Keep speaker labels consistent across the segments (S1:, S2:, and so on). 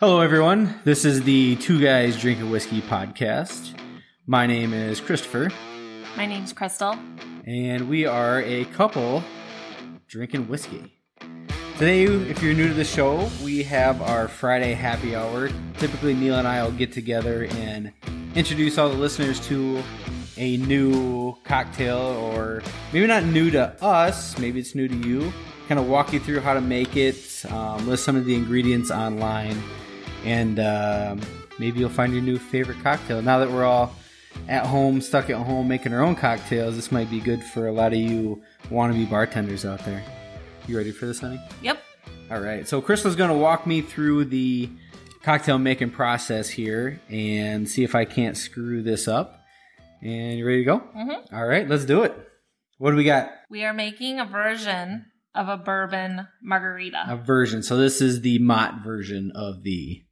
S1: Hello, everyone. This is the Two Guys Drink a Whiskey podcast. My name is Christopher,
S2: My name's Crystal.
S1: and we are a couple drinking whiskey. Today, if you're new to the show, we have our Friday happy hour. Typically, Neil and I will get together and introduce all the listeners to a new cocktail, or maybe not new to us, maybe it's new to you. Kind of walk you through how to make it, um, list some of the ingredients online, and um, maybe you'll find your new favorite cocktail. Now that we're all at home, stuck at home, making our own cocktails, this might be good for a lot of you wannabe bartenders out there. You ready for this, honey?
S2: Yep.
S1: All right. So Crystal's going to walk me through the cocktail making process here and see if I can't screw this up. And you ready to go?
S2: Mhm.
S1: All right, let's do it. What do we got?
S2: We are making a version of a bourbon margarita.
S1: A version. So this is the Mott version of the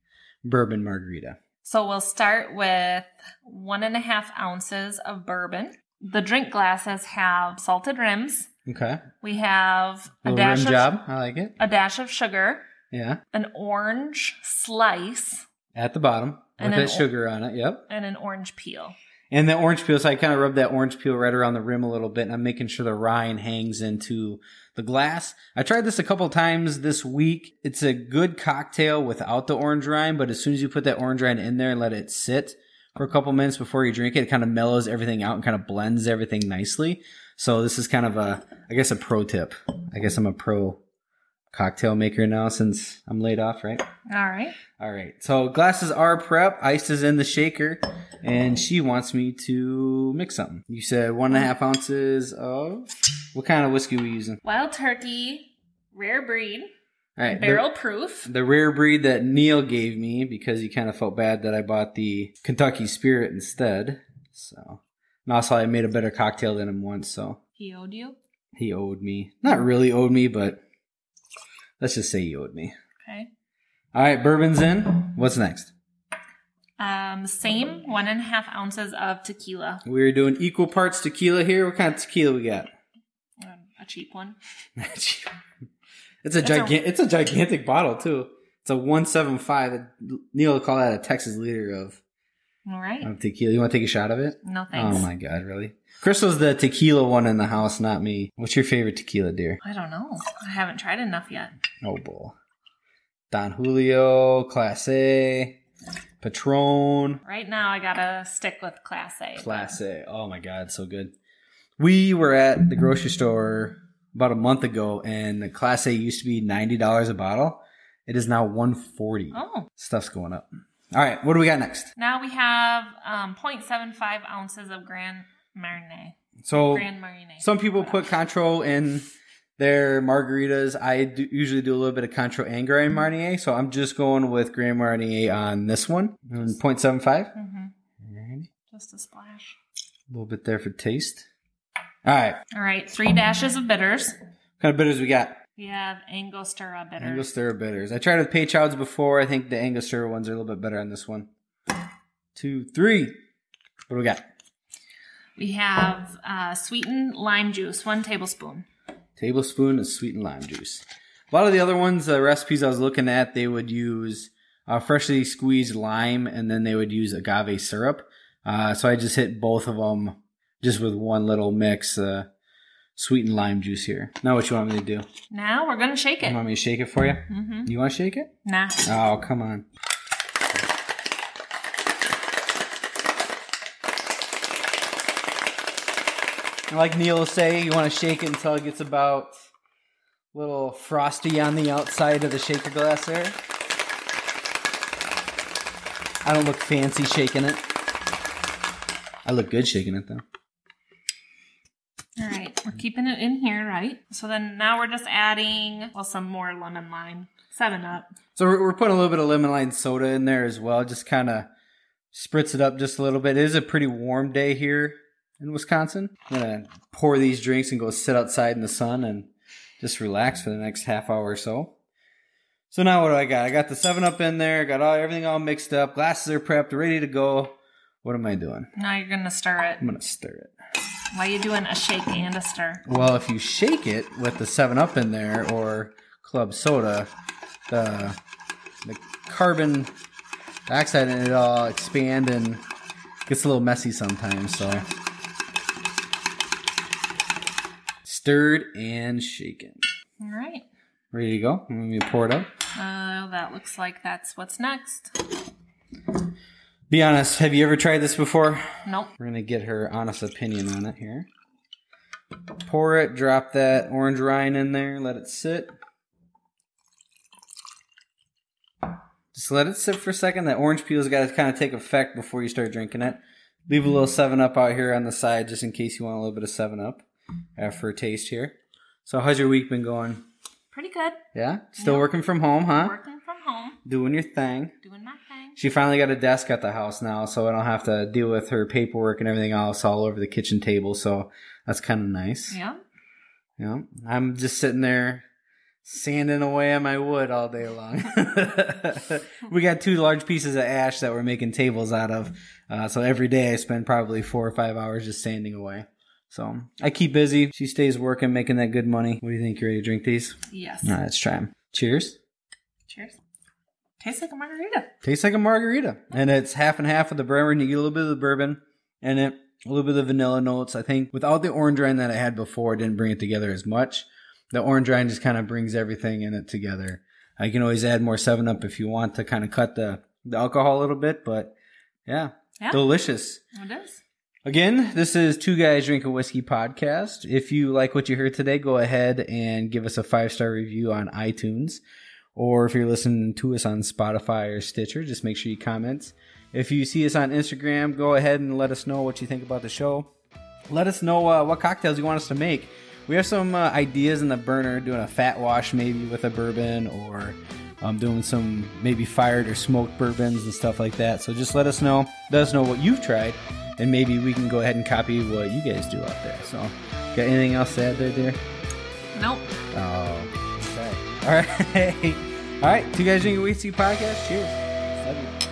S1: bourbon margarita.
S2: So we'll start with one and a half ounces of bourbon. The drink glasses have salted rims.
S1: Okay.
S2: We have a
S1: little
S2: dash,
S1: rim
S2: of,
S1: job. I like it.
S2: a dash of sugar,
S1: Yeah.
S2: an orange slice,
S1: At the bottom with
S2: And
S1: that
S2: then o-
S1: sugar on it. Yep.
S2: and an orange peel.
S1: And the orange peel, so I kind of rub that orange peel right around the rim a little bit, and I'm making sure the rind hangs into the glass. I tried this a couple times this week. It's a good cocktail without the orange rind, but as soon as you put that orange rind in there and let it sit for a couple minutes before you drink it, it kind of mellows everything out and kind of blends everything nicely. So this is kind of a, I guess, a pro tip. I guess I'm a pro cocktail maker now since I'm laid off, right?
S2: All right.
S1: All right. So glasses are prep. Ice is in the shaker, and she wants me to mix something. You said one and a half ounces of what kind of whiskey we using?
S2: Wild turkey, rare breed,
S1: All right. the-
S2: barrel proof.
S1: the rare breed that Neil gave me because he kind of felt bad that I bought the Kentucky Spirit instead. So, and also I made a better cocktail than him once, so
S2: He owed you.
S1: he owed me. Not really owed me, but let's just say he owed me.
S2: Okay.
S1: All right, bourbon's in. What's next?
S2: Um,
S1: Mm-hmm.
S2: same one and a half ounces of tequila.
S1: We're doing equal parts tequila here. What kind of tequila we got?
S2: Um, a cheap one.
S1: it's a
S2: That's a-
S1: gigantic. It's a gigantic bottle too. It's a one seven five. Neil would call that a Texas liter of,
S2: All right.
S1: of tequila. You want to take a shot of it?
S2: No thanks.
S1: Oh my god, really? Crystal's the tequila one in the house, not me. What's your favorite tequila, dear?
S2: I don't know. I haven't tried enough yet.
S1: Oh, bull. Don Julio, Class A, Patron,
S2: Right now, I gotta stick with Class A.
S1: Class A. Oh my god, so good. We were at the grocery store about a month ago, and the Class A used to be ninety dollars a bottle. It is now one forty.
S2: Oh,
S1: Stuff's going up. All right, what do we got next?
S2: now we have um, 0.75 ounces of Grand Marnier.
S1: So
S2: Grand Marnier.
S1: some people put Contro in their margaritas. I do, usually do a little bit of Contro and Grand Marnier, so I'm just going with Grand Marnier on this one. And 0.75.
S2: hmm
S1: Alrighty.
S2: Just a splash.
S1: A little bit there for taste. All right,
S2: All right, three dashes of bitters.
S1: what kind of bitters we got?
S2: We have Angostura bitters.
S1: Angostura bitters. I tried with Peychaud's before. I think the Angostura ones are a little bit better on this one. Two, three. What do we got?
S2: we have uh, sweetened lime juice, one tablespoon.
S1: tablespoon of sweetened lime juice. A lot of the other ones, the recipes I was looking at, they would use uh, freshly squeezed lime and then they would use agave syrup. Uh, so I just hit both of them just with one little mix, uh, sweetened lime juice here. Now, what you want me to do?
S2: Now we're gonna shake
S1: You
S2: it.
S1: want me to shake it for you?
S2: Mm-hmm.
S1: You want to shake it?
S2: Nah.
S1: Oh, come on. And Like Neil will say, you want to shake it until it gets about a little frosty on the outside of the shaker glass there. I don't look fancy shaking it. I look good shaking it though.
S2: All right, we're keeping it in here, right? So then now we're just adding well some more lemon lime, Seven Up.
S1: So we're, we're putting a little bit of lemon lime soda in there as well. Just kind of spritz it up just a little bit. It is a pretty warm day here in Wisconsin. I'm gonna pour these drinks and go sit outside in the sun and just relax for the next half hour or so. So now what do I got? I got the Seven Up in there. Got all everything all mixed up. Glasses are prepped, ready to go. What am I doing?
S2: Now you're gonna stir it.
S1: I'm gonna stir it.
S2: Why you doing a shake and a stir?
S1: Well, if you shake it with the Seven Up in there or club soda, the the carbon dioxide and it all expand and gets a little messy sometimes. So stirred and shaken.
S2: All right.
S1: Ready to go? Let me pour it up.
S2: Uh, that looks like that's what's next.
S1: Be honest. Have you ever tried this before?
S2: Nope.
S1: We're gonna get her honest opinion on it here. Pour it. Drop that orange rind in there. Let it sit. Just let it sit for a second. That orange peel's got to kind of take effect before you start drinking it. Leave a little Seven Up out here on the side, just in case you want a little bit of Seven Up uh, for a taste here. So, how's your week been going?
S2: Pretty good.
S1: Yeah, still
S2: Yeah.
S1: working from home, huh?
S2: Working from home,
S1: Doing your thing.
S2: doing my thing.
S1: She finally got a desk at the house now, so I don't have to deal with her paperwork and everything else all over the kitchen table. So that's kind of nice.
S2: Yeah.
S1: Yeah. I'm just sitting there sanding away on my wood all day long. we got two large pieces of ash that we're making tables out of. Uh, so every day I spend probably four or five hours just sanding away. So I keep busy. She stays working, making that good money. What do you think? You ready to drink these?
S2: Yes.
S1: All right, let's try them. Cheers.
S2: Cheers. Tastes like a margarita.
S1: Tastes like a margarita, and it's half and half of the bourbon. You get a little bit of the bourbon and it, a little bit of the vanilla notes. I think without the orange rind that I had before, it didn't bring it together as much. The orange rind just kind of brings everything in it together. I can always add more Seven Up if you want to kind of cut the the alcohol a little bit, but yeah,
S2: Yeah.
S1: delicious.
S2: It is.
S1: Again, this is Two Guys Drinking Whiskey podcast. If you like what you heard today, go ahead and give us a five star review on iTunes. Or if you're listening to us on Spotify or Stitcher, just make sure you comment. If you see us on Instagram, go ahead and let us know what you think about the show. Let us know uh, what cocktails you want us to make. We have some uh, ideas in the burner, doing a fat wash maybe with a bourbon, or um, doing some maybe fired or smoked bourbons and stuff like that. So just let us know. Let us know what you've tried, and maybe we can go ahead and copy what you guys do out there. So, got anything else to add there, dear?
S2: Nope.
S1: Oh, all right, all right, all right. Two guys drinking whiskey podcast. Cheers. Love you.